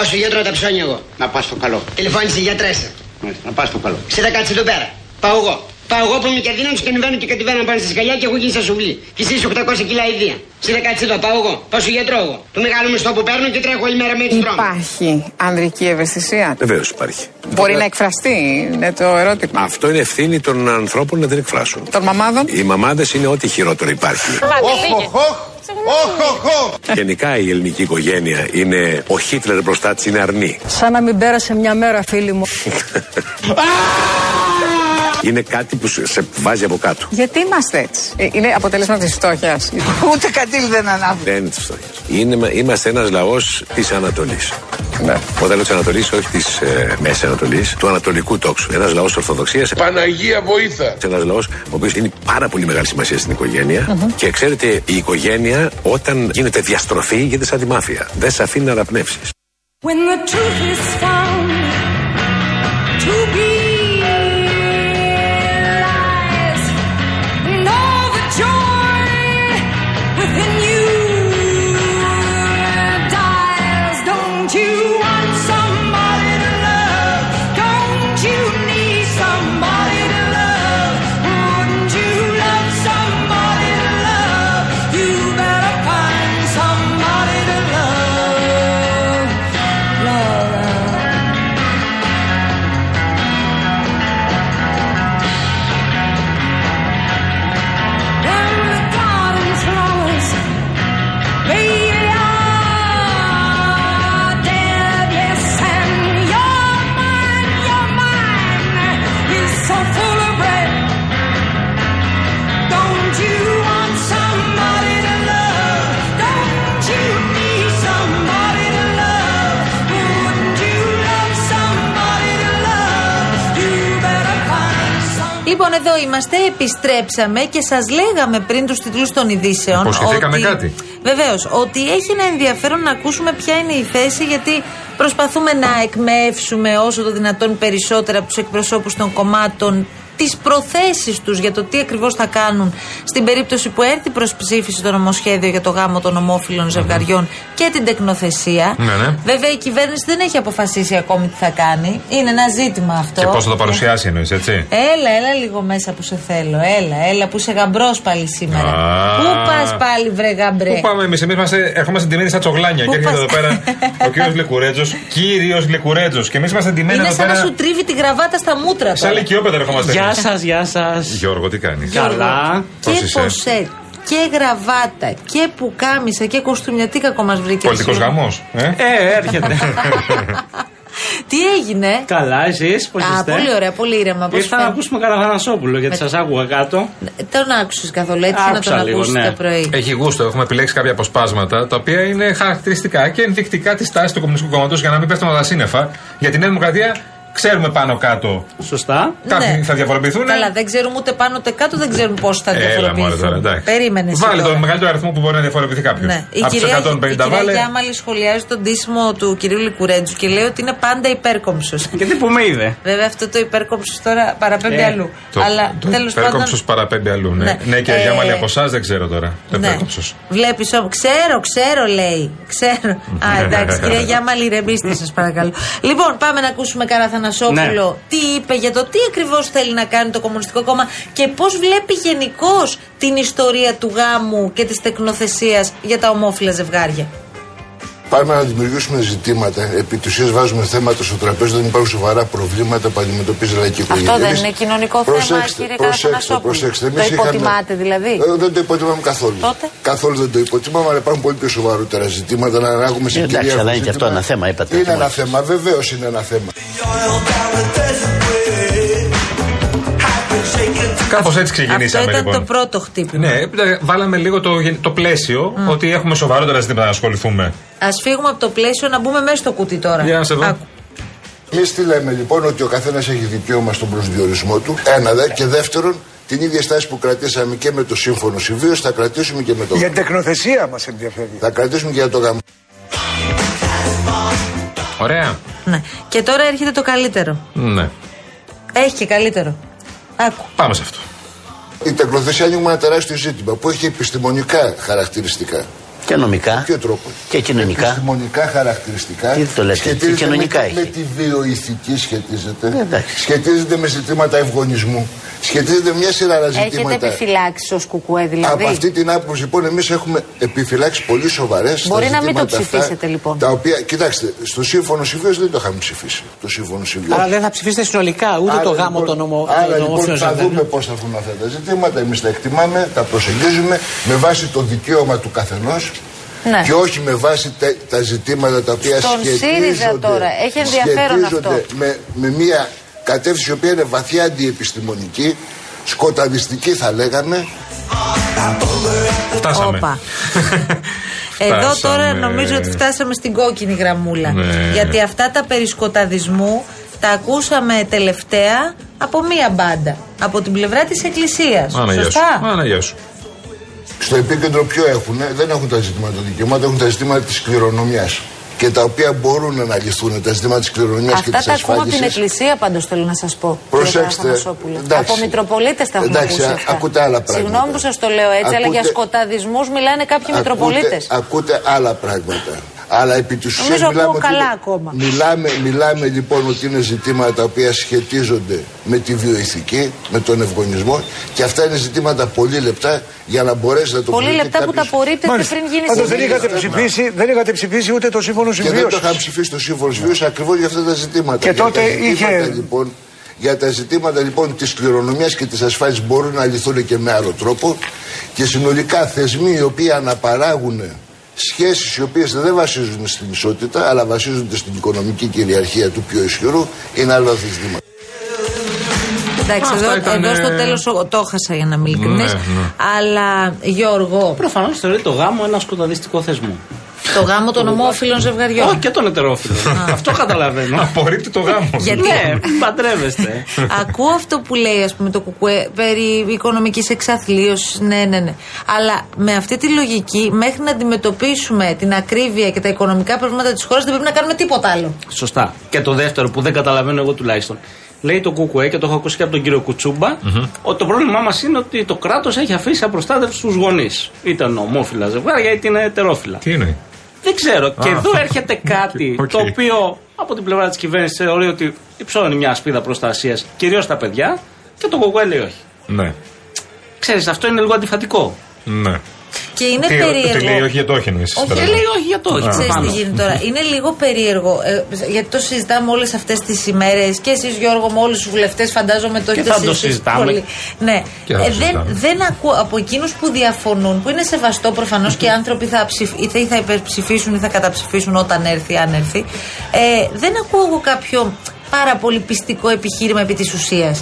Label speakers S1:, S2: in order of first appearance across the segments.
S1: Όσο γιατρό τα ψώνει εγώ.
S2: Να πας στο καλό.
S1: Τηλεφώνησε η γιατρέσα.
S2: Μάλιστα, Να πας στο καλό.
S1: Σε τα κάτσε εδώ πέρα. Πάω εγώ. Πάω εγώ που είμαι και δύναμη και ανεβαίνω και κατεβαίνω πάνω στη σκαλιά και εγώ γίνει σαν σουβλί. Και εσεί 800 κιλά ιδία. Σε τα κάτσε εδώ, πάω εγώ. Πάω στο γιατρό εγώ. Το μεγάλο μισθό που παίρνω και τρέχω όλη μέρα με έτσι τρόμο.
S3: Υπάρχει ανδρική ευαισθησία.
S4: Βεβαίως υπάρχει.
S3: Μπορεί να εκφραστεί, είναι το ερώτημα.
S4: Αυτό είναι ευθύνη των ανθρώπων να την εκφράσουν.
S3: Των μαμάδων.
S4: Οι μαμάδες είναι ό,τι χειρότερο υπάρχει.
S2: Οχ, οχ, οχ, οχ.
S4: Γενικά η ελληνική οικογένεια είναι. Ο Χίτλερ μπροστά της είναι αρνή.
S5: Σαν να μην πέρασε μια μέρα, φίλοι μου.
S4: Είναι κάτι που σε σε βάζει από κάτω.
S3: Γιατί είμαστε έτσι. Ε, Είναι αποτέλεσμα της φτώχειας.
S6: Ούτε κατήλ δεν ανάβει.
S4: Δεν είναι της φτώχειας. Είμαστε ένας λαός της Ανατολής.
S3: Ναι.
S4: Όταν λέω της Ανατολής, όχι της ε, Μέσης Ανατολής, του Ανατολικού τόξου. Ένας λαός Ορθοδοξίας.
S7: Παναγία βοήθα.
S4: Ένας λαός ο οποίος δίνει πάρα πολύ μεγάλη σημασία στην οικογενεια Και ξέρετε, η οικογένεια όταν γίνεται διαστροφή γίνεται σαν τη μάφια. Δεν σε αφήνει να αναπνεύσεις.
S8: When the truth is found to be lies, and all the joy within you dies. Don't you want somebody to love? Don't you need somebody to love? Wouldn't you love somebody to love? You better find somebody to love. Love. And the garden flowers, they are dead. Yes, and your mind, your mind is so full of red. Don't you want somebody to love? Don't you need somebody to love? Wouldn't you love somebody to love? You better find somebody.
S5: Λοιπόν, εδώ είμαστε, επιστρέψαμε και σας λέγαμε πριν τους τίτλους των ειδήσεων.
S9: Υποσχεθήκαμε
S5: ότι...
S9: κάτι.
S5: Βεβαίως, ότι έχει ένα ενδιαφέρον να ακούσουμε ποια είναι η θέση, γιατί προσπαθούμε να εκμεύσουμε όσο το δυνατόν περισσότερα από τους εκπροσώπους των κομμάτων τις προθέσεις τους για το τι ακριβώς θα κάνουν στην περίπτωση που έρθει προ ψήφιση το νομοσχέδιο για το γάμο των ομόφυλων ζευγαριών και την τεκνοθεσία.
S9: Ναι, ναι.
S5: Βέβαια, η κυβέρνηση δεν έχει αποφασίσει ακόμη τι θα κάνει. Είναι ένα ζήτημα αυτό. Ε,
S9: Και πώς θα το παρουσιάσει εννοείς, έτσι.
S5: Έλα, έλα λίγο μέσα που σε θέλω. Έλα, έλα που είσαι γαμπρός πάλι σήμερα.
S9: Α.
S5: Πού πας πάλι, βρε γαμπρέ.
S9: Πού πάμε εμείς, εμείς ερχόμαστε εντυμένοι στα τσογλάνια.
S5: Πού
S9: Και έρχεται
S5: πας?
S9: εδώ πέρα ο κύριος Γλυκουρέτζο, κύριο Γλυκουρέτζο. Και εμείς είμαστε εντυμένοι
S5: Είναι
S9: εδώ
S5: σαν να σου
S9: πέρα.
S5: τρίβει τη γραβάτα στα μούτρα
S9: Σαν
S5: τώρα.
S9: λυκειόπεδα ερχόμαστε.
S10: Γεια
S9: εμείς.
S10: σα, γεια σας.
S9: Γιώργο, τι κάνεις.
S10: Καλά.
S5: Και
S9: Πώς είσαι?
S5: ποσέ, και γραβάτα, και πουκάμισα, και κοστούμια. Τι κακό μας βρήκες.
S9: Πολιτικός
S5: εσύ.
S9: γαμός. Ε?
S10: Ε,
S5: ναι.
S10: έρχεται.
S5: Τι έγινε.
S10: Καλά, εσείς, πώς
S5: Α,
S9: ε?
S10: είστε.
S5: πολύ ωραία, πολύ ήρεμα. Πώς
S10: Ήρθα να
S5: φαίνεται.
S10: ακούσουμε Καραγανασόπουλο γιατί σας άκουγα κάτω.
S5: Τον άκουσες καθόλου έτσι να
S10: Άκουσα
S5: τον
S10: λίγο,
S5: ακούσει
S10: ναι.
S5: το πρωί.
S9: Έχει γούστο. Έχουμε επιλέξει κάποια αποσπάσματα τα οποία είναι χαρακτηριστικά και ενδεικτικά της τάσης του Κομμουνιστικού Κόμματος για να μην πέφτουμε από τα σύννεφα. Για τη Νέα Δημοκρατία ξέρουμε πάνω κάτω.
S10: Σωστά.
S9: Κάποιοι
S5: Ναι.
S9: θα διαφοροποιηθούν.
S5: Καλά, δεν ξέρουμε ούτε πάνω ούτε κάτω, δεν ξέρουμε πώς θα
S9: Έλα μωρέ τώρα,
S5: διαφοροποιηθούν.
S9: εντάξει.
S5: Περίμενες. εσύ
S9: Βάλε
S5: τώρα.
S9: τον μεγαλύτερο αριθμό που μπορεί να διαφοροποιηθεί κάποιος.
S5: Ναι. Η
S9: Ε, Από τους
S5: κυρία,
S9: 150
S5: η κυρία
S9: βάλε.
S5: Γιάμαλη σχολιάζει τον τίσιμο του κυρίου Λικουρέτζου και λέει ότι είναι πάντα υπέρκομψος.
S10: Γιατί που με είδε.
S5: Βέβαια αυτό το υπέρκομψος τώρα παραπέμπει
S10: Ε,
S5: αλλού. Αλλά τέλος πάντων.
S9: υπέρκοψος παραπέμπει αλλού. Ναι,
S5: Ναι.
S9: ναι. και
S5: Ε,
S9: για μαλλιά από εσάς δεν ξέρω τώρα. Το ναι. υπέρκοψο.
S5: Βλέπει όμω. Ξέρω, ξέρω, λέει. Ξέρω. Α,
S10: Ναι.
S5: εντάξει, κυρία Γιάμαλη, ρεμπίστε, σας παρακαλώ. Λοιπόν, πάμε να ακούσουμε Καρά Θανασόπουλο
S10: Ναι.
S5: τι είπε για το τι ακριβώς θέλει να κάνει το Κομμουνιστικό Κόμμα και πώς βλέπει γενικώς την ιστορία του γάμου και της τεκνοθεσίας για τα ομόφυλα ζευγάρια.
S7: Πάμε να δημιουργήσουμε ζητήματα. Επί της ουσίας βάζουμε θέματα στο τραπέζι. Δεν υπάρχουν σοβαρά προβλήματα που αντιμετωπίζει η λαϊκή οικογένεια.
S3: δεν
S7: Εμείς-
S3: είναι κοινωνικό θέμα,
S7: προσέξτε,
S3: κύριε
S7: Προσέξτε,
S3: Καραθανασόπουλε.
S7: προσέξτε.
S3: Το
S7: Εμείς είχαμε-
S3: υποτιμάτε, δηλαδή?
S7: Ε, δεν το υποτιμάμε καθόλου.
S3: Τότε?
S7: Καθόλου δεν το υποτιμάμε, αλλά υπάρχουν πολύ πιο σοβαρότερα ζητήματα να ανάγουμε στην
S2: Ε, Εντάξει,
S7: κυρία.
S2: αλλά είναι
S7: ζήτημα.
S2: και αυτό ένα θέμα, είπατε.
S7: Είναι ένα θέμα, βεβαίως είναι ένα θέμα.
S9: Κάπως έτσι ξεκινήσαμε
S5: Αυτό ήταν
S9: λοιπόν.
S5: το πρώτο χτύπημα.
S9: Ναι, έπειτα βάλαμε λίγο το, γεν- το πλαίσιο
S5: Mm.
S9: ότι έχουμε σοβαρότερα ζητήματα να ασχοληθούμε.
S5: Ας φύγουμε από το πλαίσιο να μπούμε μέσα στο κουτί τώρα.
S9: Για να σε δω.
S5: Άκου.
S7: Εμείς τι λέμε λοιπόν, ότι ο καθένας έχει δικαίωμα στον προσδιορισμό του. Ένα δε. Και δεύτερον, την ίδια στάση που κρατήσαμε και με το σύμφωνο συμβίωση, θα κρατήσουμε και με το
S6: Για την τεκνοθεσία μας ενδιαφέρει.
S7: Θα κρατήσουμε και για το γαμό.
S9: Ωραία.
S5: Ναι. Και τώρα έρχεται το καλύτερο.
S9: Ναι.
S5: Έχει και καλύτερο. Άκου.
S9: Πάμε σε αυτό.
S7: Η τεκνοθεσία ανοίγουμε ένα τεράστιο ζήτημα που έχει επιστημονικά χαρακτηριστικά.
S2: Και νομικά.
S7: Ποιο τρόπο.
S2: Και κοινωνικά.
S7: Επιστημονικά χαρακτηριστικά.
S2: Τι το λέτε,
S7: σχετίζεται
S2: και κοινωνικά
S7: με,
S2: έχει.
S7: με τη βιοειθική σχετίζεται.
S2: Ε, εντάξει.
S7: σχετίζεται με ζητήματα ευγονισμού. Σχετίζεται με μια σειρά άλλα
S3: Έχετε
S7: ζητήματα.
S3: επιφυλάξει ως κουκουέ δηλαδή.
S7: Από αυτή την άποψη, λοιπόν, εμείς έχουμε επιφυλάξει πολύ σοβαρές
S3: Μπορεί να μην το ψηφίσετε, λοιπόν.
S7: Τα οποία, κοιτάξτε, στο σύμφωνο συμβίωση δεν το είχαμε ψηφίσει. Το σύμφωνο συμβίωση.
S11: Άρα δεν θα ψηφίσετε συνολικά ούτε το γάμο
S7: λοιπόν,
S11: των ομο-
S7: Άρα
S11: των
S7: λοιπόν
S11: ομοφυλόφιλων
S7: θα
S11: ζωντανών.
S7: δούμε πώς θα έρθουν αυτά τα ζητήματα. Εμείς τα εκτιμάμε, τα προσεγγίζουμε με βάση το δικαίωμα του καθενός.
S3: Ναι.
S7: Και όχι με βάση τα, τα ζητήματα τα οποία
S3: Στον
S7: σχετίζονται,
S3: ΣΥΡΙΖΑ τώρα, έχει ενδιαφέρον
S7: σχετίζονται
S3: αυτό.
S7: Με, με μια κατεύθυνση η οποία είναι βαθιά αντιεπιστημονική, σκοταδιστική θα λέγαμε.
S9: Φτάσαμε.
S5: Όπα. Εδώ
S9: Φτάσαμε.
S5: τώρα νομίζω ότι φτάσαμε στην κόκκινη γραμμούλα.
S9: Ναι.
S5: Γιατί αυτά τα περισκοταδισμού τα ακούσαμε τελευταία από μία μπάντα. Από την πλευρά της Εκκλησίας.
S9: Άνα γεια σου.
S5: Σωστά.
S9: Άνα γεια σου.
S7: Στο επίκεντρο ποιο έχουν, δεν έχουν τα ζητήματα των δικαιωμάτων, έχουν τα ζητήματα της κληρονομιάς. Και τα οποία μπορούν να λυθούν, τα ζητήματα της κληρονομιάς και τη
S3: Αυτά τα ακούμε από την
S7: ασφάλισης.
S3: Εκκλησία πάντως θέλω να σας πω. κύριε
S7: Προσέξτε.
S3: Παπαθανασόπουλε.
S7: Εντάξει.
S3: Από Μητροπολίτες τα έχουμε
S7: Εντάξει,
S3: ακούσει.
S7: α-
S3: αυτά.
S7: ακούτε άλλα πράγματα.
S3: Συγγνώμη που σας το λέω έτσι, αλλά
S7: Ακούτε-
S3: για σκοταδισμούς μιλάνε κάποιοι Μητροπολίτες.
S7: Ακούτε, ακούτε άλλα πράγματα. Αλλά επί τη ουσία
S3: Νομίζω
S7: μιλάμε,
S3: ακούω
S7: ότι
S3: καλά
S7: είναι-
S3: ακόμα.
S7: μιλάμε, μιλάμε λοιπόν ότι είναι ζητήματα τα οποία σχετίζονται με τη βιοειθική, με τον ευγονισμό και αυτά είναι ζητήματα πολύ λεπτά για να μπορέσει να το
S3: Πολύ
S7: κρίνει
S3: λεπτά που τα
S7: κάποιος.
S3: απορρίπτετε
S6: Μάλιστα.
S3: πριν γίνει
S6: Πάντως δεν
S3: συζήτηση.
S6: είχατε ψηφίσει, δεν είχατε ψηφίσει ούτε το σύμφωνο
S7: Και δεν το
S6: συμβίωσης.
S7: είχα ψηφίσει το σύμφωνο συμβίωσης ακριβώς για αυτά τα ζητήματα.
S6: Ναι. Και
S7: Για
S6: τότε
S7: τα ζητήματα,
S6: είχε-
S7: Λοιπόν, για τα ζητήματα λοιπόν της κληρονομιάς και της ασφάλεια μπορούν να λυθούν και με άλλο τρόπο. Και συνολικά θεσμοί οι οποίοι αναπαράγουν σχέσεις οι οποίες δεν βασίζονται στην ισότητα αλλά βασίζονται στην οικονομική κυριαρχία του πιο ισχυρού είναι άλλο ζητήμα.
S5: Εντάξει,
S9: Αυτά
S5: εδώ,
S9: ήταν,
S5: εδώ στο
S9: ε,
S5: τέλο το έχασα για να είμαι ειλικρινής.
S9: Ναι, ναι.
S5: Αλλά Γιώργο,
S11: Προφανώς θεωρεί το γάμο ένα σκοταδιστικό θεσμό.
S5: το γάμο των ομόφυλων ζευγαριών.
S11: Όχι και των ετερόφιλων. Αυτό καταλαβαίνω.
S9: Απορρίπτει το γάμο.
S5: Γιατί-
S11: Ναι, παντρεύεστε.
S5: Ακούω αυτό που λέει, ας πούμε, το Κουκουέ περί οικονομικής εξαθλίωσης. Ναι, ναι, ναι. Αλλά με αυτή τη λογική, μέχρι να αντιμετωπίσουμε την ακρίβεια και τα οικονομικά προβλήματα της χώρας, δεν πρέπει να κάνουμε τίποτα άλλο.
S11: Σωστά. Και το δεύτερο που δεν καταλαβαίνω εγώ τουλάχιστον. Λέει το Κουκουέ και το έχω ακούσει και από τον κύριο Κουτσούμπα ότι το πρόβλημά μας είναι ότι το κράτος έχει αφήσει απροστάτευτους τους γονείς. Ήταν ομόφυλα ζευγάρια, είτε είναι ετερόφυλα.
S9: Τι είναι.
S11: Δεν ξέρω. και εδώ
S9: αυτό.
S11: έρχεται κάτι
S9: Οκ.
S11: το οποίο από την πλευρά της κυβέρνησης θεωρεί ότι υψώνει μια ασπίδα προστασίας, κυρίως τα παιδιά, και το Κουκουέ λέει όχι.
S9: Ναι.
S11: Ξέρεις, αυτό είναι λίγο αντιφατικό.
S9: Ναι.
S5: Και είναι
S9: Τι,
S5: περίεργο.
S9: τι λέει, όχι για το όχι εννοείς.
S5: Όχι,
S9: τώρα.
S11: Και λέει όχι για το όχι.
S5: Ξέρεις τι
S11: Πάνω.
S5: γίνεται τώρα. Είναι λίγο περίεργο. ε, γιατί το συζητάμε όλες αυτές τις ημέρες και εσείς, Γιώργο, με όλους τους βουλευτές, φαντάζομαι το
S11: Και
S5: έχετε
S11: θα το
S5: συζητήσει
S11: συζητάμε.
S5: πολύ. Ναι.
S9: Και θα το
S5: Ε, δεν,
S9: συζητάμε.
S5: δεν ακούω από εκείνους που διαφωνούν, που είναι σεβαστό προφανώς και οι άνθρωποι θα, ψηφ, ή θα, ή θα υπερψηφίσουν ή θα καταψηφίσουν όταν έρθει, αν έρθει. Ε, δεν ακούω εγώ κάποιο πάρα πολύ πιστικό επιχείρημα επί της ουσίας.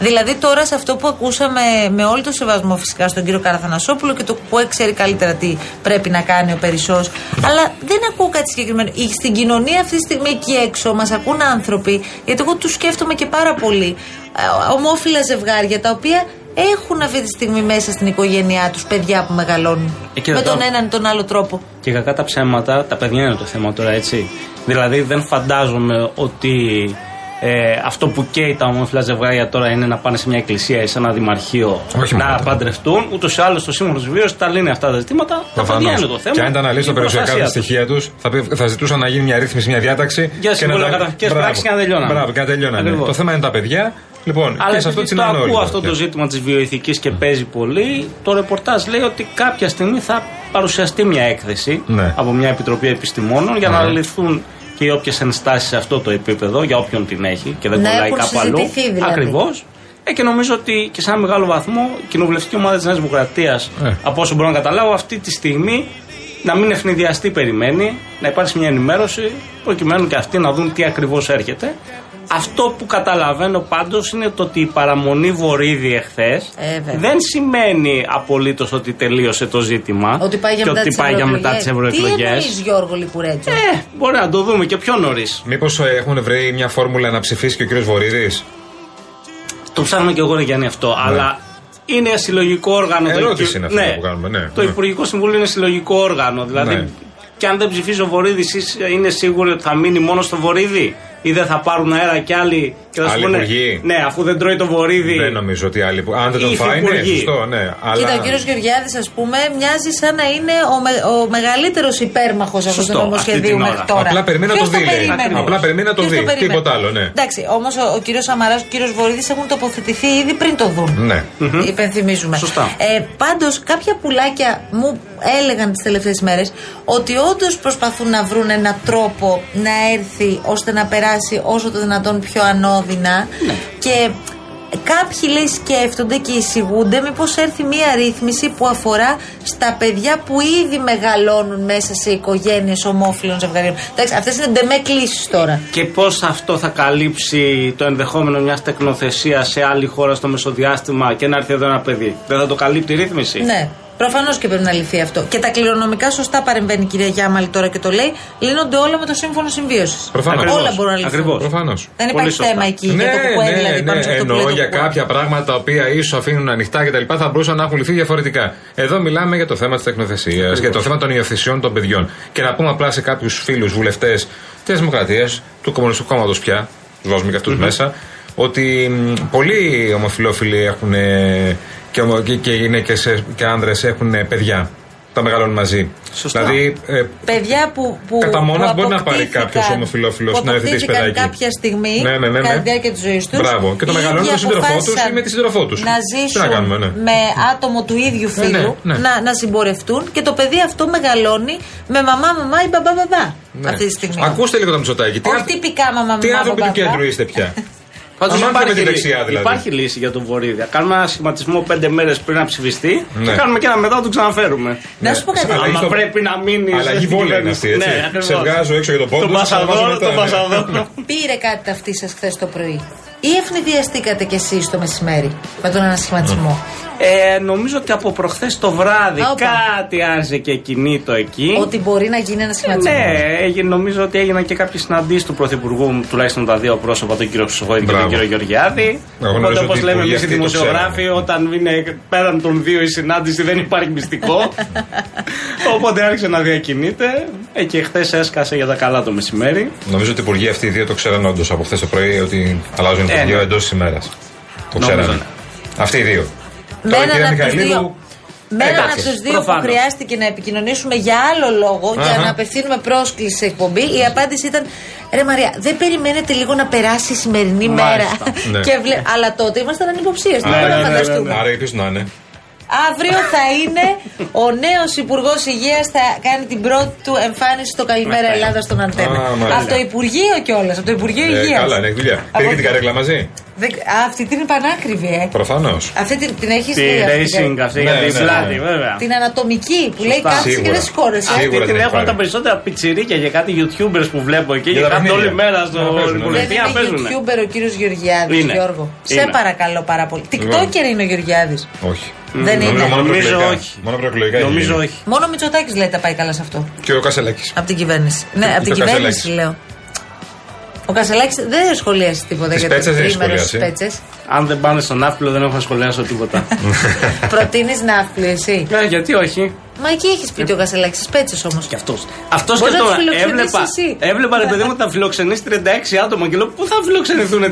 S5: Δηλαδή τώρα σε αυτό που ακούσαμε με όλο το σεβασμό φυσικά στον κύριο Καραθανασόπουλο και το που ξέρει καλύτερα τι πρέπει να κάνει ο Περισσός αλλά δεν ακούω κάτι συγκεκριμένο. Η- Στην κοινωνία αυτή τη στιγμή εκεί έξω μας ακούν άνθρωποι γιατί εγώ τους σκέφτομαι και πάρα πολύ ε, ομόφυλα ζευγάρια τα οποία έχουν αυτή τη στιγμή μέσα στην οικογένειά τους παιδιά που μεγαλώνουν
S11: Εκεί
S5: με
S11: ρωτάω.
S5: τον έναν ή τον άλλο τρόπο.
S11: Και κακά τα ψέματα, τα παιδιά είναι το θέμα τώρα, έτσι. Δηλαδή δεν φαντάζομαι ότι ε, αυτό που καίει τα ομόφυλα ζευγάρια τώρα είναι να πάνε σε μια εκκλησία ή σε ένα δημαρχείο
S9: Όχι
S11: να
S9: μόνο.
S11: παντρευτούν. Ούτως ή άλλως το σύμφωνο βιβλίο τα λύνει αυτά τα ζητήματα. Τα παιδιά
S9: Προφανώς.
S11: είναι το θέμα.
S9: Και αν ήταν αλήθεια τα
S11: Η
S9: περιουσιακά
S11: προστασία
S9: τα στοιχεία τους, θα, πει- θα ζητούσαν να γίνει μια ρύθμιση, μια διάταξη.
S11: Για
S9: και να τα-
S11: συμβολοκαταρχικές
S9: Μπράβο.
S11: πράξεις και να τελειώναμε.
S9: Μπράβο, και να τελειώναμε.
S11: Ακριβώς.
S9: Το θέμα είναι τα παιδιά. Λοιπόν,
S11: Αλλά
S9: και σε αυτό
S11: επειδή το
S9: τσινάνε όλοι.
S11: ακούω αυτό το
S9: Και-
S11: ζήτημα της βιοειθικής και παίζει πολύ, το ρεπορτάζ λέει ότι κάποια στιγμή θα παρουσιαστεί μια έκθεση
S9: Ναι.
S11: από μια επιτροπή επιστημόνων για να λυθούν και οι όποιες ενστάσεις σε αυτό το επίπεδο, για όποιον την έχει και δεν
S5: Να
S11: κολλάει
S5: έχουν
S11: κάπου αλλού.
S5: συζητηθεί δηλαδή.
S11: Ακριβώς. Ε, και νομίζω ότι και σε ένα μεγάλο βαθμό η κοινοβουλευτική ομάδα της Νέας Δημοκρατίας,
S9: Ε.
S11: από όσο μπορώ να καταλάβω, αυτή τη στιγμή να μην ευνηδιαστεί περιμένει, να υπάρξει μια ενημέρωση, προκειμένου και αυτοί να δουν τι ακριβώς έρχεται. Αυτό που καταλαβαίνω πάντως είναι το ότι η παραμονή Βορύδη εχθές
S5: Ε, βέβαια.
S11: δεν σημαίνει απολύτως ότι τελείωσε το ζήτημα.
S5: Ότι πάει για
S11: και
S5: μετά
S11: ότι
S5: τις
S11: πάει για μετά
S5: ευρωεκλογές.
S11: τι ευρωεκλογές.
S5: Τι εννοείς Γιώργο Λιπουρέτζο.
S11: Ε, μπορεί να το δούμε και πιο νωρίς.
S9: Μήπως ε, έχουν βρει μια φόρμουλα να ψηφίσει και ο κύριος Βορύδης.
S11: Το ψάχνω και εγώ, ρε Γιάννη, αυτό. Αλλά είναι συλλογικό όργανο. το
S9: Ναι. Ερώτηση
S11: Υπου-
S9: είναι αυτή που κάνουμε, ναι,
S11: Το
S9: ναι.
S11: Υπουργικό Συμβούλιο είναι συλλογικό όργανο. Δηλαδή,
S9: Ναι.
S11: και αν δεν ψηφίσει ο Βορύδης, είναι σίγουροι ότι θα μείνει μόνο στο Βορύδη. ή δεν θα πάρουν αέρα κι άλλοι και θα σου
S9: Άλλοι
S11: πούνε,
S9: υπουργοί.
S11: Ναι, αφού δεν τρώει το βορίδι.
S9: Δεν νομίζω ότι άλλοι. που- Αν δεν τον
S11: Οι
S9: φάει, ναι,
S11: υφυπουργοί.
S9: σωστό, ναι.
S5: Κοίτα,
S9: Αλλά
S5: ο κύριος Γεωργιάδης, ας πούμε, μοιάζει σαν να είναι ο, με, ο μεγαλύτερος υπέρμαχος αυτού του
S9: Σωστό, αυτή
S5: νομοσχεδίου
S9: την ώρα.
S5: μέχρι τώρα.
S9: Απλά περιμένει να
S5: Ποιος
S9: το δει, λέει.
S5: περίμενε?
S9: Απλά περιμένει να το
S5: Ποιος
S9: δει.
S5: περίμενε?
S9: Τίποτα άλλο, ναι.
S5: Εντάξει, όμως ο, ο κύριος Σαμαράς και ο κύριος Βορύδης έχουν τοποθετηθεί ήδη πριν το δουν.
S9: ναι.
S5: Υπενθυμίζουμε.
S9: Σωστά.
S5: Ε, Πάντως, κάποια πουλάκια μου έλεγαν τις τελευταίες μέρες ότι όντως προσπαθούν να βρουν έναν τρόπο να έρθει ώστε να περάσει όσο το δυνατόν πιο ανώδυνα. Και κάποιοι λέει σκέφτονται και εισηγούνται μήπως έρθει μία ρύθμιση που αφορά στα παιδιά που ήδη μεγαλώνουν μέσα σε οικογένειες ομόφυλων ζευγαριών. Εντάξει, αυτές είναι ντεμέ κλήσεις τώρα.
S11: Και πώς αυτό θα καλύψει το ενδεχόμενο μιας τεκνοθεσίας σε άλλη χώρα στο μεσοδιάστημα και να έρθει εδώ ένα παιδί. Δεν θα το καλύπτει η ρύθμιση.
S5: Ναι. Προφανώς και πρέπει να λυθεί αυτό. Και τα κληρονομικά, σωστά παρεμβαίνει η κυρία Γιάμαλη τώρα και το λέει, λύνονται όλα με το σύμφωνο συμβίωσης.
S9: Προφανώς.
S5: Όλα μπορούν να λυθούν.
S9: Ακριβώς. Προφανώς.
S5: Δεν υπάρχει θέμα εκεί για το κουκουέ, δηλαδή πάνω σε αυτό που λέει
S9: Ναι, εννοώ
S5: το
S9: για
S5: κουκουέ.
S9: κάποια πράγματα τα οποία ίσως αφήνουν ανοιχτά και τα λοιπά θα μπορούσαν να έχουν λυθεί διαφορετικά. Εδώ μιλάμε για το θέμα της τεκνοθεσία, για το θέμα των υιοθεσιών των παιδιών. Και να πούμε απλά σε κάποιους φίλους βουλευτές της Δημοκρατίας, του Κομμουνιστικού Κόμματος πια, του βάζουμε και αυτου μέσα, ότι μ, πολλοί ομοφυλόφιλοι έχουν ε, και, ομο- και, και γυναίκε και άνδρες έχουν ε, παιδιά. Τα μεγαλώνουν μαζί. Δηλαδή, ε,
S5: Παιδιά που. που
S9: Κατά μόνας
S5: που
S9: μπορεί να πάρει
S5: αποκτήθηκαν-
S9: κάποιος ομοφυλόφιλος
S5: που
S9: να ερεθιστεί
S5: αποκτήθηκαν
S9: παιδάκι.
S5: κάποια στιγμή,
S9: Ναι, ναι, ναι, ναι.
S5: κατά τη διάρκεια της ζωής τους.
S9: Μπράβο. Και το μεγαλώνουν με τον σύντροφό τους ή με τη σύντροφό τους.
S5: Να
S9: Τι να
S5: ζήσουν
S9: κάνουμε, ναι.
S5: με άτομο του ίδιου
S9: Ναι,
S5: φίλου,
S9: ναι, ναι.
S5: Να, να συμπορευτούν και το παιδί αυτό μεγαλώνει με μαμά, μαμά ή μπαμπά, μπαμπά.
S9: ναι.
S5: Αυτή τη στιγμή.
S9: Ακούστε λίγο το Μητσοτάκη. Τι,
S5: Όχι
S9: αν-
S5: τυπικά μαμά,
S9: τι
S5: μαμά,
S9: άνθρωποι
S5: μπαμπά.
S9: του κέντρου είστε πια.
S11: Πάντως
S9: Αμάν και με τη
S11: λύ-
S9: δεξιά δηλαδή.
S11: υπάρχει λύση για τον Βορύδια. Κάνουμε ένα σχηματισμό πέντε μέρες πριν να ψηφιστεί
S9: Ναι.
S11: και κάνουμε και ένα μετά, τον ξαναφέρουμε.
S5: Να σου πω κάτι.
S11: Άμα
S9: Αλλαγή στο-
S11: πρέπει να μείνει.
S9: Αλλαγή βόλη είναι αυτή, έτσι.
S11: Ναι, ακριβώς.
S9: Σε βγάζω έξω για τον πόντο.
S11: Τον
S9: σε ξαναβάζω
S11: Πασαδόρο,
S9: μετά,
S11: τον
S9: ναι.
S11: Πασαδόρο.
S5: Πήρε κάτι τα αυτή σας χθες το πρωί. Ή ευνηδιαστήκατε κι εσείς το μεσημέρι με τον ανασχηματισμό.
S11: Ε, νομίζω ότι από προχθές το βράδυ
S5: Όπα.
S11: κάτι άρχισε και κινήτο εκεί.
S5: Ότι μπορεί να γίνει ανασχηματισμό.
S11: Ναι, έγινε, νομίζω ότι έγιναν και κάποιε συναντήσεις του Πρωθυπουργού, τουλάχιστον τα δύο πρόσωπα, τον κύριο Ψυχοίδη και τον
S9: Μπράβο.
S11: κύριο Γεωργιάδη.
S9: Εγώ
S11: Οπότε,
S9: γνωρίζω
S11: όπως
S9: ότι οι
S11: λέμε εμείς
S9: υπουργοί
S11: οι
S9: αυτοί το
S11: δημοσιογράφοι,
S9: ξέρουν.
S11: όταν είναι πέραν των δύο η συνάντηση δεν υπάρχει μυστικό. Οπότε άρχισε να διακινείται ε, και χθες έσκασε για τα καλά το μεσημέρι.
S9: Νομίζω ότι οι υπουργοί αυτοί οι δύο το ξέραν όντως από χθες το πρωί ότι αλλάζουν
S11: Ε,
S9: το δύο
S11: ναι.
S9: εντός ημέρας. Το
S11: Νομίζω,
S9: ξέραν.
S11: ναι.
S9: Αυτοί οι δύο.
S5: Με
S9: Τώρα η
S5: έναν
S9: κυρία
S5: από τους
S9: Μιχαηλίδου. Ε,
S5: δύο. Με έναν
S9: εντάξει,
S5: από τους δύο
S11: προφανώς.
S5: που χρειάστηκε να επικοινωνήσουμε για άλλο λόγο, για
S9: Αχα.
S5: να απευθύνουμε πρόσκληση σε εκπομπή, η απάντηση ήταν Ρε Μαρία, δεν περιμένετε λίγο να περάσει η σημερινή
S11: Μάλιστα,
S5: μέρα.
S9: ναι.
S5: και βλέ... Αλλά τότε ήμασταν ανυποψίες. Τι μπορούμε να φανταστούμε.
S9: Άρα ελπίζω να ναι. είναι.
S5: Αύριο θα είναι ο νέος Υπουργός Υγείας θα κάνει την πρώτη του εμφάνιση στο Καλημέρα Ελλάδα στον Αντένα.
S9: Α, μάλιστα.
S5: Από το Υπουργείο κιόλας, από το Υπουργείο
S9: Ε,
S5: Υγείας.
S9: Καλά, είναι δουλειά. Πήρε και την καρέκλα μαζί.
S5: Αυτή την είναι πανάκριβη, ε.
S9: Προφανώς.
S5: Αυτή την, την έχεις
S11: Τη racing αυτή
S9: Ναι,
S11: για την
S9: ναι,
S11: πλάτη,
S9: ναι.
S11: βέβαια.
S5: Την ανατομική που λέει
S11: Σωστά.
S5: κάτσε και
S9: Σίγουρα.
S5: δεν σκόρεσε.
S9: Σίγουρα
S11: Αυτή
S9: την
S11: την
S9: έχει
S11: έχουν
S9: πάρει.
S11: τα περισσότερα πιτσιρίκια για κάτι YouTubers που βλέπω εκεί
S9: Για
S11: και
S9: τα
S11: κάθονται όλη
S9: παιχνίδια.
S11: μέρα
S9: Να
S11: στο
S9: παίζουνε.
S11: υπολογιστή
S5: Δεν
S11: να
S5: είναι
S11: παίζουν.
S5: YouTuber ο κύριος Γεωργιάδης,
S11: Είναι.
S5: Γιώργο.
S11: Είναι.
S5: Σε παρακαλώ πάρα πολύ.
S9: Λοιπόν.
S5: TikToker είναι ο Γεωργιάδης.
S9: Όχι.
S5: Δεν
S9: Νομίζω
S5: είναι.
S9: μόνο
S11: Νομίζω
S9: προεκλογικά.
S11: όχι.
S9: Μόνο προεκλογικά.
S11: Νομίζω
S9: έχει γίνει.
S11: όχι.
S5: Μόνο ο Μητσοτάκης λέει τα πάει καλά σε αυτό.
S9: Και ο Κασελάκης.
S5: Από την κυβέρνηση. Ναι,
S9: Και
S5: από την
S9: ο
S5: κυβέρνηση
S9: Κασελάκης.
S5: λέω. Ο Κασελάκης δεν σχολίασε τίποτα
S9: Τις
S5: για το
S9: πέτσες δεν
S5: τρίμερο στι
S9: σχολίασε.
S5: πέτσες.
S11: Αν δεν πάνε στον Άπλο δεν έχω να σχολιάσω τίποτα.
S5: Προτείνεις ναύπλιο εσύ.
S11: Ναι, γιατί όχι.
S5: Μα εκεί έχεις πει και ο Κασελάκη τι πέτσε όμως.
S11: Και αυτός. Αυτός και
S5: Μπορεί να
S11: τώρα.
S5: τους φιλοξενήσεις
S11: Έβλεπα,
S5: εσύ. Ε,
S11: έβλεπα ρε παιδί μου ότι θα φιλοξενήσει 36 άτομα και λέω πού θα φιλοξενηθούν 36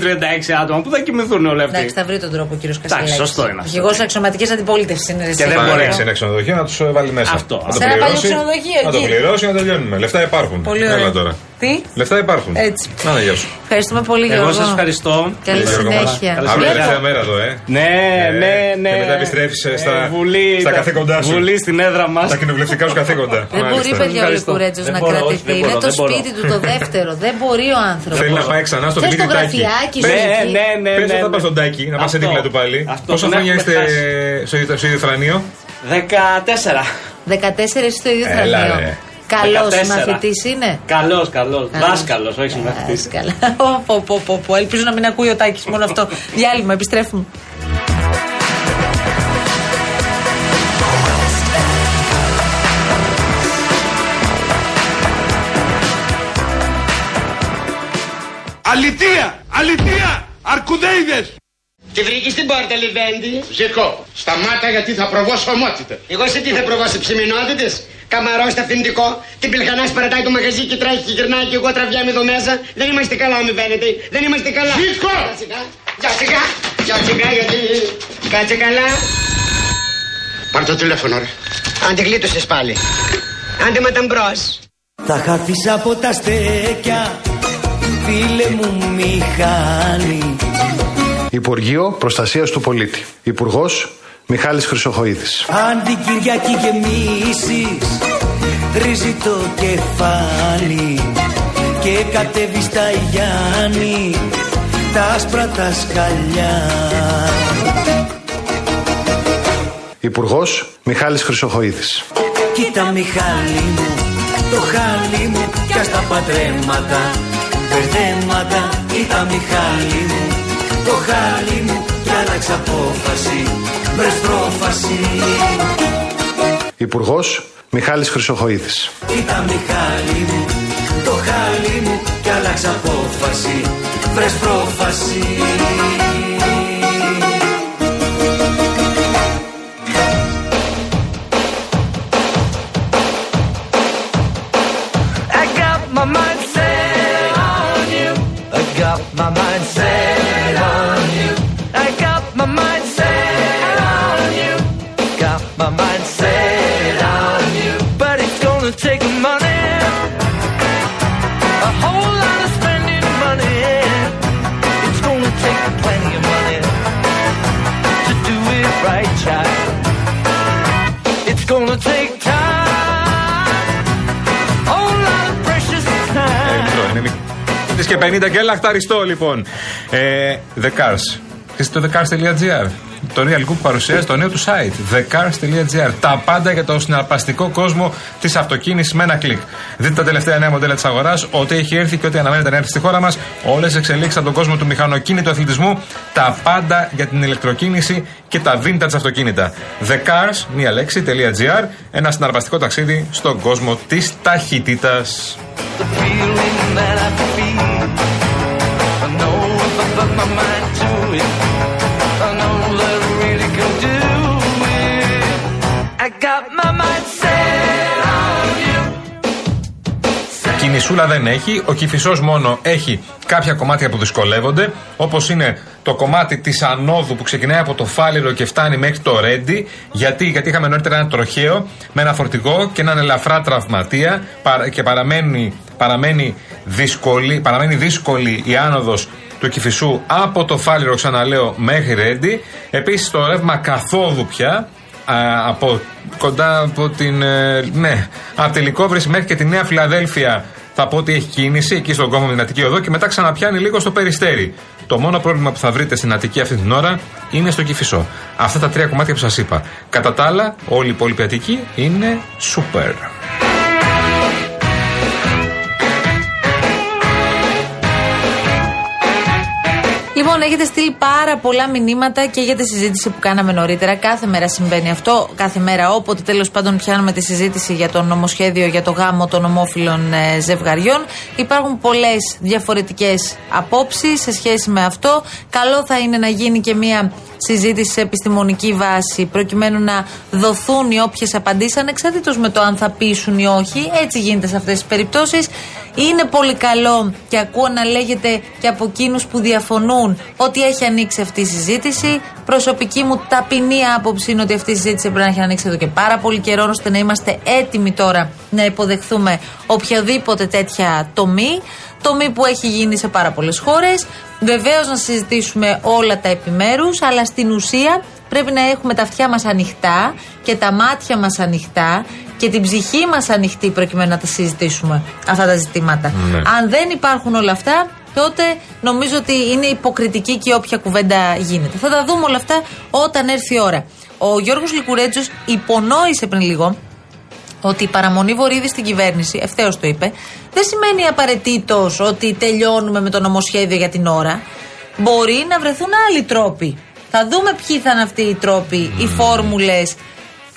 S11: άτομα, πού θα κοιμηθούν όλοι αυτοί.
S5: Εντάξει, θα βρει τον τρόπο ο κύριος Κασελάκης.
S11: σωστό είναι αυτό.
S5: Αρχηγό αξιωματικής αντιπολίτευσης είναι. ρε, εσύ.
S11: δεν
S9: Θα
S11: μπορεί.
S9: ανοίξει ένα ξενοδοχείο να τους βάλει μέσα.
S11: Αυτό.
S9: Να το
S5: Σε ένα
S9: πληρώσει,
S5: παλιό ξενοδοχείο
S9: Να το
S5: εκεί.
S9: πληρώσει να τελειώνουμε. Λεφτά υπάρχουν.
S5: Πολύ
S9: Έλα
S5: ωραία.
S9: τώρα.
S5: Τι.
S9: Λεφτά υπάρχουν.
S5: Έτσι.
S9: Να ναι, γεια σου.
S5: Ευχαριστούμε πολύ, Γιώργο.
S11: Εγώ σας ευχαριστώ.
S5: Καλή
S9: Γιώργο μας.
S5: συνέχεια.
S11: Καλή
S9: Αύριο
S11: συνέχεια.
S9: τελευταία μέρα εδώ, ε.
S11: Ναι,
S9: Ε,
S11: ναι, ναι.
S9: και μετά επιστρέφεις, ε, στα-
S11: βουλή,
S9: στα
S11: τα-
S9: καθήκοντά σου.
S11: Βουλή στην έδρα μας.
S9: Τα κοινοβουλευτικά σου καθήκοντα.
S5: Δεν
S9: Μάλιστα.
S5: μπορεί, παιδιά, ο
S11: Ευχαριστώ.
S5: Λικουρέτζο
S11: Δεν
S5: να
S11: μπορώ, όχι,
S5: κρατηθεί.
S11: δεν
S5: Είναι
S11: μπορώ,
S5: το
S11: δεν μπορώ.
S5: σπίτι του το δεύτερο. Δεν μπορεί ο άνθρωπος.
S9: Θέλει να πάει ξανά στο
S5: Θες
S9: Δημήτρη
S5: το
S9: Τάκη.
S5: γραφιάκι σου
S11: Ναι,
S5: εκεί.
S11: ναι, ναι.
S9: Πες
S11: ναι,
S9: όταν
S11: ναι.
S9: πα στον Τάκη, να πας σε
S11: Αυτό.
S9: δίπλα του πάλι.
S11: Αυτό,
S9: Πόσα
S11: τον
S9: χρόνια
S11: έχουμε
S9: είστε
S11: χάσει.
S9: ε, στο ίδιο- στο ίδιο θρανείο.
S11: 14.
S5: 14 εσύ στο ίδιο
S9: Έλα,
S5: θρανείο.
S9: ρε.
S5: Καλός
S11: 14.
S5: μαθητής είναι.
S11: Καλός, καλός.
S5: Καλός. Ε.
S11: Δάσκαλο, όχι συμμαχητή.
S5: Δάσκαλα. Πω, πω, πω, πω. Ελπίζω να μην ακούει ο Τάκης μόνο αυτό. Διάλειμμα, επιστρέφουμε.
S12: Αλητία! Αλητία! Αρκουδέιδες!
S1: Τη βρήκε στην πόρτα, Λιβέντη.
S2: Ζήκω, σταμάτα γιατί θα προβώσω ομότητες.
S1: Εγώ σε τι θα προβώ, σε ψημινότητες. Καμαρός στα αφεντικό, την πιλχανά σπαρατάει το μαγαζί και τρέχει και γυρνάει και εγώ τραβιάμαι εδώ μέσα. Δεν είμαστε καλά, μη φαίνεται. Δεν είμαστε καλά.
S2: Ζήκω!
S1: Για σιγά, για σιγά, για σιγά, γιατί. Κάτσε καλά.
S2: Πάρ το τηλέφωνο, ρε.
S1: Άντε γλίτωσες πάλι. Άντε με τον μπρος.
S8: Θα χαθείς από τα στέκια Φίλε μου μη χάνει
S12: Υπουργείο Προστασίας του Πολίτη. Υπουργός Μιχάλης Χρυσοχοίδης.
S8: Αν την Κυριακή γεμίσεις Ρίζει το κεφάλι Και κατέβει στα Γιάννη Τα άσπρα τα σκαλιά
S12: Υπουργός Μιχάλης Χρυσοχοίδης.
S8: Κοίτα Μιχάλη μου Το χάλι μου Κι ας τα πατρέματα Περδέματα Κοίτα Μιχάλη μου Το χάλι μου Κι άλλαξα απόφαση Βρες πρόφαση
S12: Υπουργός Μιχάλης Χρυσοχοίδης.
S8: Κοίτα Μιχάλη μου, το χάλι μου κι άλλαξα απόφαση, βρες πρόφαση. I got my mind set on you. I got my mind set on you. I got my mind set on you. Got my mind set on you. But it's gonna take money. A whole lot of spending money. It's gonna take plenty of money to do it right, child. It's gonna take time. Whole lot of precious time.
S9: Μικρό, είναι μικρό. Τις και 50 και λαχταριστό λοιπόν. Ε, the Cars. Είστε το thecars.gr. Το Real Group παρουσιάζει το νέο του site thecars.gr. Τα πάντα για τον συναρπαστικό κόσμο της αυτοκίνησης με ένα κλικ. Δείτε τα τελευταία νέα μοντέλα της αγοράς, ό,τι έχει έρθει και ό,τι αναμένεται να έρθει στη χώρα μας, όλες τι εξελίξεις από τον κόσμο του μηχανοκίνητου αθλητισμού, τα πάντα για την ηλεκτροκίνηση και τα vintage αυτοκίνητα. Thecars, μία λέξη, .gr, ένα συναρπαστικό ταξίδι στον κόσμο της ταχύτητας.
S8: feeling that I feel. I know if I put my mind to it, I know that I really can do it. I got my mind set on you.
S9: Κινησούλα δεν έχει. Ο κυφισός μόνο έχει κάποια κομμάτια που δυσκολεύονται. Όπως είναι το κομμάτι της ανόδου που ξεκινάει από το φάληρο και φτάνει μέχρι το ρέντι. Γιατί, γιατί είχαμε νωρίτερα ένα τροχαίο με ένα φορτηγό και έναν ελαφρά τραυματία παρα- και παραμένει, παραμένει, δύσκολη, παραμένει δύσκολη η άνοδος του κυφισού από το φάληρο, ξαναλέω, μέχρι ρέντι. Επίσης το ρεύμα καθόδου πια Α, από κοντά από την. ε, ναι, από τη Λικόβρηση μέχρι και τη Νέα Φιλαδέλφια θα πω ότι έχει κίνηση εκεί στον κόμμα με την Αττική Οδό και μετά ξαναπιάνει λίγο στο περιστέρι. Το μόνο πρόβλημα που θα βρείτε στην Αττική αυτή την ώρα είναι στο Κυφισό. Αυτά τα τρία κομμάτια που σας είπα. Κατά τα άλλα, όλη η υπόλοιπη Αττική είναι super.
S5: Λοιπόν, έχετε στείλει πάρα πολλά μηνύματα και για τη συζήτηση που κάναμε νωρίτερα. Κάθε μέρα συμβαίνει αυτό. Κάθε μέρα, όποτε τέλος πάντων πιάνουμε τη συζήτηση για το νομοσχέδιο για το γάμο των ομόφυλων ε, ζευγαριών, υπάρχουν πολλές διαφορετικές απόψεις σε σχέση με αυτό. Καλό θα είναι να γίνει και μία συζήτηση σε επιστημονική βάση, προκειμένου να δοθούν οι όποιες απαντήσεις, ανεξαρτήτως με το αν θα πείσουν ή όχι. Έτσι γίνεται σε αυτές τις περιπτώσεις. Είναι πολύ καλό και ακούω να λέγεται και από εκείνους που διαφωνούν ότι έχει ανοίξει αυτή η συζήτηση. Προσωπική μου ταπεινή άποψη είναι ότι αυτή η συζήτηση πρέπει να έχει ανοίξει εδώ και πάρα πολύ καιρό, ώστε να είμαστε έτοιμοι τώρα να υποδεχθούμε οποιαδήποτε τέτοια τομή. Τομή που έχει γίνει σε πάρα πολλές χώρες. Βεβαίως να συζητήσουμε όλα τα επιμέρους, αλλά στην ουσία πρέπει να έχουμε τα αυτιά μας ανοιχτά και τα μάτια μας ανοιχτά και την ψυχή μας ανοιχτή προκειμένου να τα συζητήσουμε αυτά τα ζητήματα.
S8: Ναι.
S5: Αν δεν υπάρχουν όλα αυτά, τότε νομίζω ότι είναι υποκριτική και όποια κουβέντα γίνεται. Θα τα δούμε όλα αυτά όταν έρθει η ώρα. Ο Γιώργος Λικουρέτζος υπονόησε πριν λίγο ότι η παραμονή Βορύδη στην κυβέρνηση, ευθέως το είπε, δεν σημαίνει απαραίτητος ότι τελειώνουμε με το νομοσχέδιο για την ώρα. Μπορεί να βρεθούν άλλοι τρόποι. Θα δούμε ποιοι θα είναι αυτοί οι τρόποι, οι φόρμουλε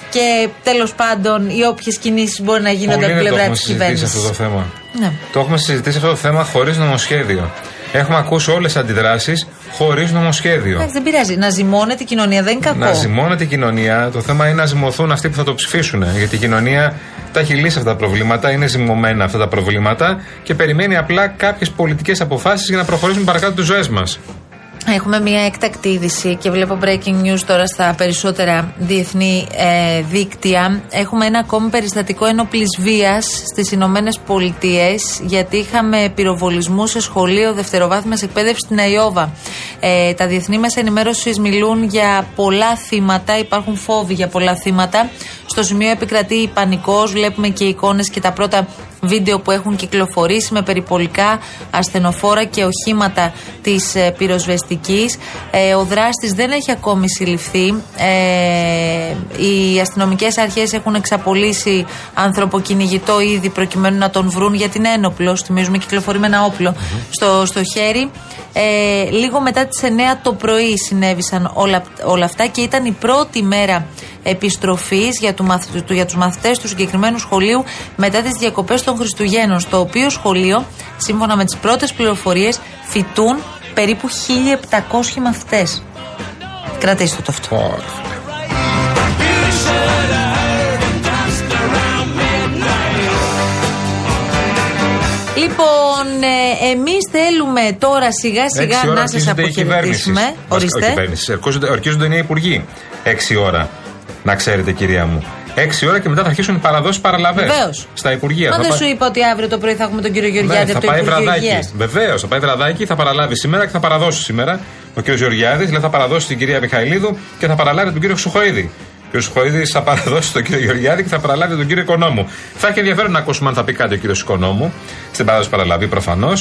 S5: και τέλος πάντων οι όποιες κινήσεις μπορεί να γίνονται από
S9: Πολύ
S5: την
S9: δεν το
S5: πλευρά
S9: έχουμε
S5: της
S9: συζητήσει
S5: κυβέρνησης.
S9: αυτό το θέμα.
S5: Ναι.
S9: Το έχουμε συζητήσει αυτό το θέμα χωρίς νομοσχέδιο. Έχουμε ακούσει όλες τις αντιδράσεις χωρίς νομοσχέδιο.
S5: Εντάξει, δεν πειράζει. Να ζυμώνεται η κοινωνία δεν είναι κακό.
S9: Να ζυμώνεται η κοινωνία. Το θέμα είναι να ζυμωθούν αυτοί που θα το ψηφίσουν. Γιατί η κοινωνία τα έχει λύσει αυτά τα προβλήματα, είναι ζυμωμένα αυτά τα προβλήματα και περιμένει απλά κάποιες πολιτικές αποφάσεις για να προχωρήσουμε παρακάτω τις ζωές μας.
S5: Έχουμε μια έκτακτη είδηση και βλέπω breaking news τώρα στα περισσότερα διεθνή ε, δίκτυα. Έχουμε ένα ακόμη περιστατικό ενόπλης βίας στις Ηνωμένες Πολιτείες γιατί είχαμε πυροβολισμού σε σχολείο δευτεροβάθμιας εκπαίδευσης στην Αϊόβα. Ε, τα διεθνή μέσα ενημέρωσης μιλούν για πολλά θύματα, υπάρχουν φόβοι για πολλά θύματα. Στο σημείο επικρατεί πανικός, βλέπουμε και εικόνες και τα πρώτα βίντεο που έχουν κυκλοφορήσει με περιπολικά ασθενοφόρα και οχήματα της πυροσβεστικής. Ε, Ο δράστης δεν έχει ακόμη συλληφθεί. Ε, Οι αστυνομικές αρχές έχουν εξαπολύσει ανθρωποκυνηγητό ήδη προκειμένου να τον βρουν γιατί είναι ένοπλο. Θυμίζουμε, κυκλοφορεί με ένα όπλο στο, στο χέρι. Ε, λίγο μετά τις 9 το πρωί συνέβησαν όλα, όλα αυτά και ήταν η πρώτη μέρα επιστροφής για, του, μαθ- του- για τους μαθητές του συγκεκριμένου σχολείου μετά τις διακοπές των Χριστουγέννων στο οποίο σχολείο σύμφωνα με τις πρώτες πληροφορίες φοιτούν περίπου 1700 μαθητές Κρατήστε το αυτό. Λοιπόν, ε, εμείς θέλουμε τώρα σιγά σιγά
S9: Έξι ώρα
S5: να σας
S9: ορκίζονται οι
S5: αποχαιρετήσουμε.
S9: κυβέρνησεις. Βασικά,
S5: Ορίστε.
S9: όχι κυβέρνησης, ορκίζονται- Ορκίζονται οι νέοι υπουργοί. Έξι ώρα. Να ξέρετε, κυρία μου. Έξι ώρα και μετά θα αρχίσουν οι παραδόσεις παραλαβές.
S5: Βεβαίως.
S9: Στα υπουργεία.
S5: Μα
S9: θα
S5: δεν
S9: πάει-
S5: σου είπα ότι αύριο το πρωί θα έχουμε τον κύριο
S9: Ναι,
S5: Γεωργιάδη
S9: θα
S5: από το
S9: πάει
S5: Υπουργείο
S9: βραδάκι.
S5: Υγείας.
S9: Βεβαίως, θα πάει βραδάκι, θα παραλάβει σήμερα και θα παραδώσει σήμερα ο κύριος Γεωργιάδης, δηλαδή θα παραδώσει την κυρία Μιχαηλίδου και θα παραλάβει τον κύριο Ξουχοίδη. Ο κύριο Ξουχοίδη θα παραδώσει τον κύριο Γεωργιάδη και θα παραλάβει τον κύριο Οικονόμου. Θα έχει ενδιαφέρον να ακούσουμε αν θα πει κάτι ο κύριος Οικονόμου στην παράδοση παραλαβή προφανώς.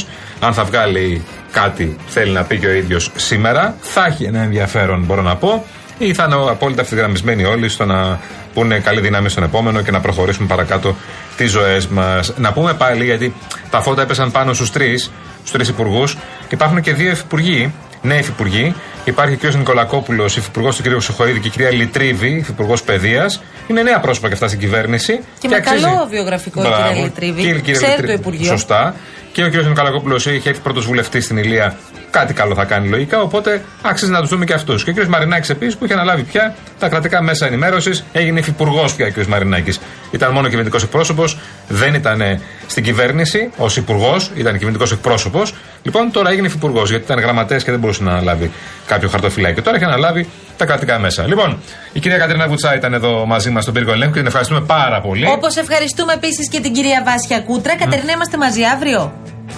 S9: Αν θα βγάλει κάτι θέλει να πει και ο ίδιος σήμερα. Θα έχει ένα ενδιαφέρον, μπορώ να πω. Ή θα είναι απόλυτα ευθυγραμμισμένοι όλοι στο να πούνε καλή δύναμη στον επόμενο και να προχωρήσουμε παρακάτω τις ζωές μας. Να πούμε πάλι, γιατί τα φώτα έπεσαν πάνω στους τρεις, στους τρεις υπουργούς. Υπάρχουν και δύο υφυπουργοί, νέοι υφυπουργοί. Υπάρχει ο κ. Νικολακόπουλος, υφυπουργός του κ. Ξεχωρίδη και η κυρία Λιτρίβη, υφυπουργός παιδείας. Είναι νέα πρόσωπα και αυτά στην κυβέρνηση.
S5: Και με καλό βιογραφικό η
S9: Μπράβο.
S5: κυρία Λιτρίβη.
S9: Και η κυρία
S5: Ξέρει το
S9: Λιτρίβη.
S5: Υπουργείο.
S9: Σωστά. Και ο κ. Νικολακόπουλο έχει έρθει πρώτος βουλευτής στην Ηλία. Κάτι καλό θα κάνει λογικά, οπότε άξιζε να τους δούμε και αυτούς. Και ο κ. Μαρινάκης επίσης που είχε αναλάβει πια τα κρατικά μέσα ενημέρωσης, έγινε υφυπουργός πια ο κ. Μαρινάκης. Ήταν μόνο κυβερνητικός εκπρόσωπος, δεν ήταν ε, στην κυβέρνηση ως υπουργός, ήταν κυβερνητικός εκπρόσωπος. Λοιπόν, τώρα έγινε υφυπουργός γιατί ήταν γραμματέας και δεν μπορούσε να αναλάβει κάποιο χαρτοφυλάκιο. Τώρα έχει αναλάβει τα κρατικά μέσα. Λοιπόν, η κυρία Κατρίνα Βουτσά ήταν εδώ μαζί μας στον πύργο ελέγχου και την ευχαριστούμε πάρα πολύ.
S5: Όπως ευχαριστούμε επίσης και την κυρία Βάσια Κούτρα. Κατερινά, είμαστε μαζί αύριο.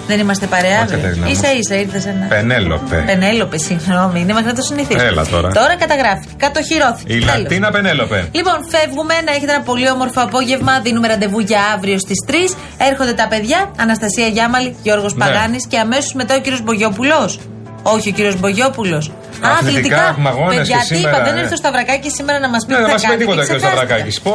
S5: Δεν είμαστε παρέα
S9: Ναι. Μα,
S5: αύριο.
S9: Κατερίνα,
S5: σα
S9: μας.
S5: ίσα ήρθες ένα.
S9: Πενέλοπε.
S5: Πενέλοπε, συγγνώμη, είναι μέχρι να το συνηθίσω.
S9: Έλα τώρα.
S5: Τώρα καταγράφηκε, κατοχυρώθηκε.
S9: Η
S5: Τέλος.
S9: Λατίνα Πενέλοπε.
S5: Λοιπόν, φεύγουμε να έχετε ένα πολύ όμορφο απόγευμα. Δίνουμε ραντεβού για αύριο στις 3. Έρχονται τα παιδιά, Αναστασία Γιάμαλη, Γιώργος
S9: Ναι.
S5: Παγάνης και αμέσως μετά ο κύριος Μπογιόπουλος. Όχι, ο κύριος Μπογιόπουλος.
S9: Αθλητικά, έχουμε αγώνες
S5: Παιδιά,
S9: και
S5: τι
S9: σήμερα,
S5: είπα, δεν
S9: ναι.
S5: ήρθε ο Σταυρακάκης σήμερα να μας πει
S9: Ναι,
S5: τι
S9: δεν
S5: θα
S9: μα
S5: κάνει.
S9: είπε τίποτα ο
S5: και
S9: κ.
S5: ξεχάστηκε.
S9: Σταυρακάκη. Πω.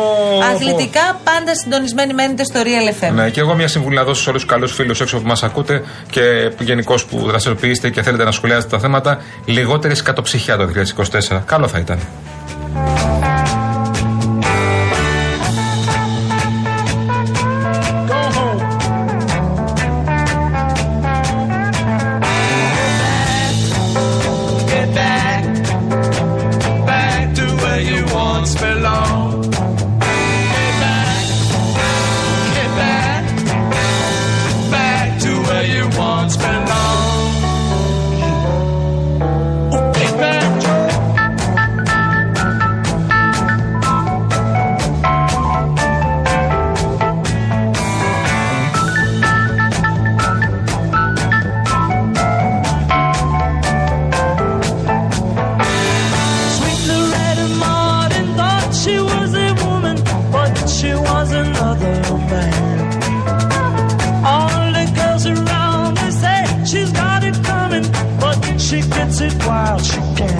S5: Αθλητικά πάντα συντονισμένοι μένετε στο Real FM.
S9: Ναι, και εγώ μια συμβουλή να δώσω σε όλους τους καλούς φίλους έξω που μας ακούτε και γενικώς που δραστηριοποιείστε και θέλετε να σχολιάσετε τα θέματα. Λιγότερη κατοψυχιά το 2024. Καλό θα ήταν.
S8: Get back, back to where you once belonged. Get back, get back, back to where you once belonged. Oh, Get back.
S13: Sweet Loretta Martin thought she was a woman, but she was another man. All the girls around her said she's got it coming, but she gets it while she can.